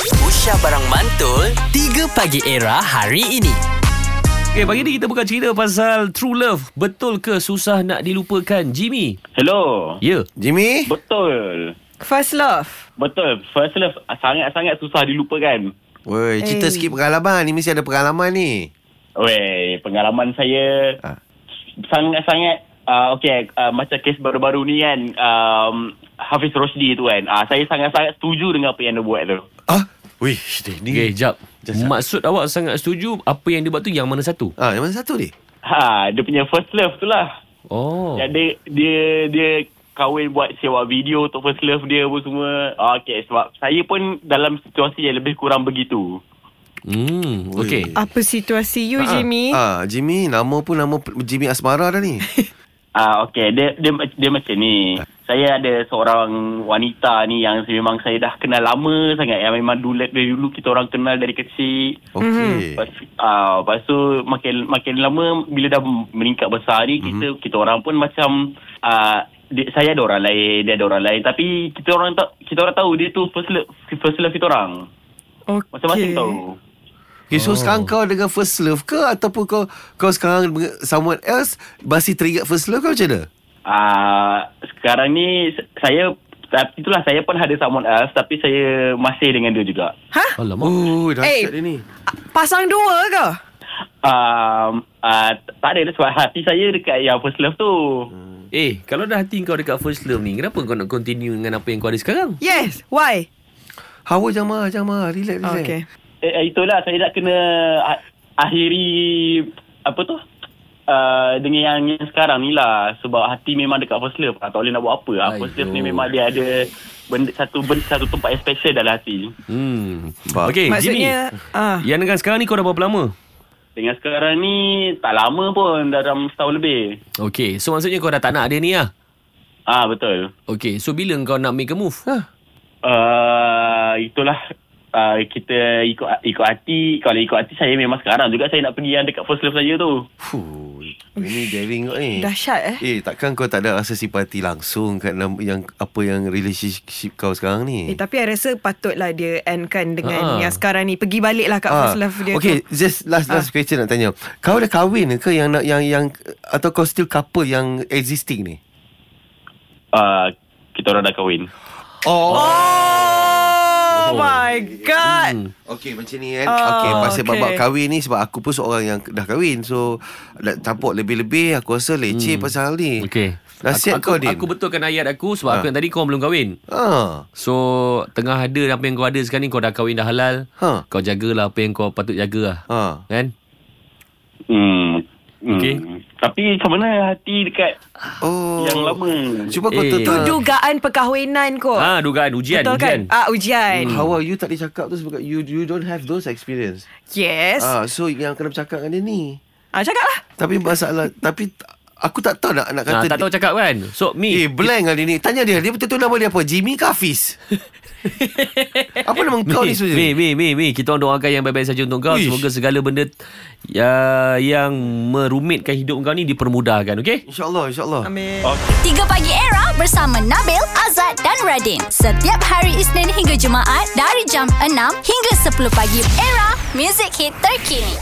Aisyah Barang Mantul 3 Pagi Era hari ini Okay, Eh, pagi ni kita buka cerita pasal true love. Betul ke susah nak dilupakan? Jimmy. Hello. Ya. Yeah. Jimmy Betul. First love. Betul. First love sangat-sangat susah dilupakan. Woi, cerita Eh. sikit pengalaman Ni mesti ada pengalaman ni Weh, pengalaman saya Ah. sangat-sangat uh, okay, uh, macam kes baru-baru ni kan um, Hafiz Rosdi tu kan. Uh, saya sangat-sangat setuju dengan apa yang dia buat tu. Ah, Wih, dia ni Okay, jap. Just- Maksud awak sangat setuju apa yang dia buat tu yang mana satu? Ah, yang mana satu ni? Ha, dia punya first love tu lah. Oh. Yang dia, dia, dia kahwin buat sewa video untuk first love dia pun semua. Ah, Okay, sebab saya pun dalam situasi yang lebih kurang begitu. Hmm, okay. Apa situasi you, Jimmy? Ah, Jimmy, nama pun nama p- Jimmy Asmara dah ni. Ah okey dia dia mac- dia macam ni. Saya ada seorang wanita ni yang saya- memang saya dah kenal lama sangat yang memang dulu dari dulu kita orang kenal dari kecil. Okey. Lepas, ah lepas tu makin makin lama bila dah meningkat besar ni mm-hmm. kita kita orang pun macam ah dia, saya ada orang lain, dia ada orang lain tapi kita orang tak kita orang tahu dia tu first love, first love kita orang. Okay. Masing-masing tahu. Okay, so sekarang kau dengan first love ke ataupun kau kau sekarang dengan someone else masih teringat first love kau macam mana? Ah sekarang ni s- saya tapi itulah saya pun ada someone else tapi saya masih dengan dia juga. Alamak. Oh, Eh. dahsyat dia ni. Pasang dua ke? um, uh, tak ada sebab hati saya dekat yang first love tu. Eh, kalau dah hati kau dekat first love ni, kenapa kau nak continue dengan apa yang kau ada sekarang? Yes. Why? Hawa jangan marah, jangan marah. Relax, relax. Okay. Eh, eh, itulah saya nak kena ah, akhiri apa tu? Uh, dengan yang, yang sekarang ni lah sebab hati memang dekat first love lah. tak boleh nak buat apa lah. first love Aiyo. ni memang dia ada benda, satu benda, satu tempat yang special dalam hati Hmm. Ba- Okay, Maksudnya, Jimmy. ah. Yang dengan sekarang ni kau dah berapa lama? dengan sekarang ni tak lama pun dalam setahun lebih Okay, so maksudnya kau dah tak nak dia ni lah. ah betul Okay, so bila kau nak make a move? Uh, itulah uh, kita ikut ikut hati kalau ikut hati saya memang sekarang juga saya nak pergi yang dekat first love saya tu Fuh, ini daring kot ni. Dahsyat eh. Eh, takkan kau tak ada rasa simpati langsung kat dalam yang apa yang relationship kau sekarang ni? Eh, tapi I rasa patutlah dia end kan Ah. dengan yang sekarang ni. Pergi baliklah kat Ah, first love dia Okay tu. Ah. just last last question nak tanya Kau dah kahwin ke yang nak yang yang Atau kau still couple yang existing ni uh, kita orang dah kahwin Oh, Oh, my Hmm. God. Okay macam ni kan Oh, Okay pasal okay. babak kahwin ni Sebab aku pun seorang yang dah kahwin So nak campur lebih-lebih Aku rasa leceh hmm. pasal hal ni Okay. Nasihat aku, kau Din Ha. aku, aku betulkan ayat aku sebab aku yang tadi kau belum kahwin. ah. So Tengah ada apa yang kau ada sekarang ni Kau dah kahwin dah halal Ha. Kau jagalah apa yang kau patut jaga lah Ha. Kan hmm. Hmm. Okey. tapi macam mana hati dekat oh. Oh yang lama Cuba kau Hmm. Eh. total Dugaan perkahwinan kot. Ah, Ha dugaan ujian Betul ujian. kan? Ah, ujian. Hawa you tak boleh cakap tu Sebab you you don't have those experience Yes. ah, So yang kena bercakap dengan dia ni Ah, cakap lah. Tapi masalah Tapi t- Aku tak tahu nak, nak Ha, kata tak dia- tahu cakap kan So Eh, me blank kali ni. Tanya dia, dia betul-betul nama dia apa? Jimmy ke Hafiz? apa nama kau ni Me, sebenarnya? me, me, me. Kita orang doakan yang baik-baik saja untuk kau. Uish. Semoga segala benda uh, yang merumitkan hidup kau ni dipermudahkan, okey? InsyaAllah, insyaAllah. Amin. 3 Pagi Era bersama Nabil, Azad dan Radin. Setiap hari Isnin hingga Jumaat dari jam 6 hingga 10 pagi. Era, music hit terkini.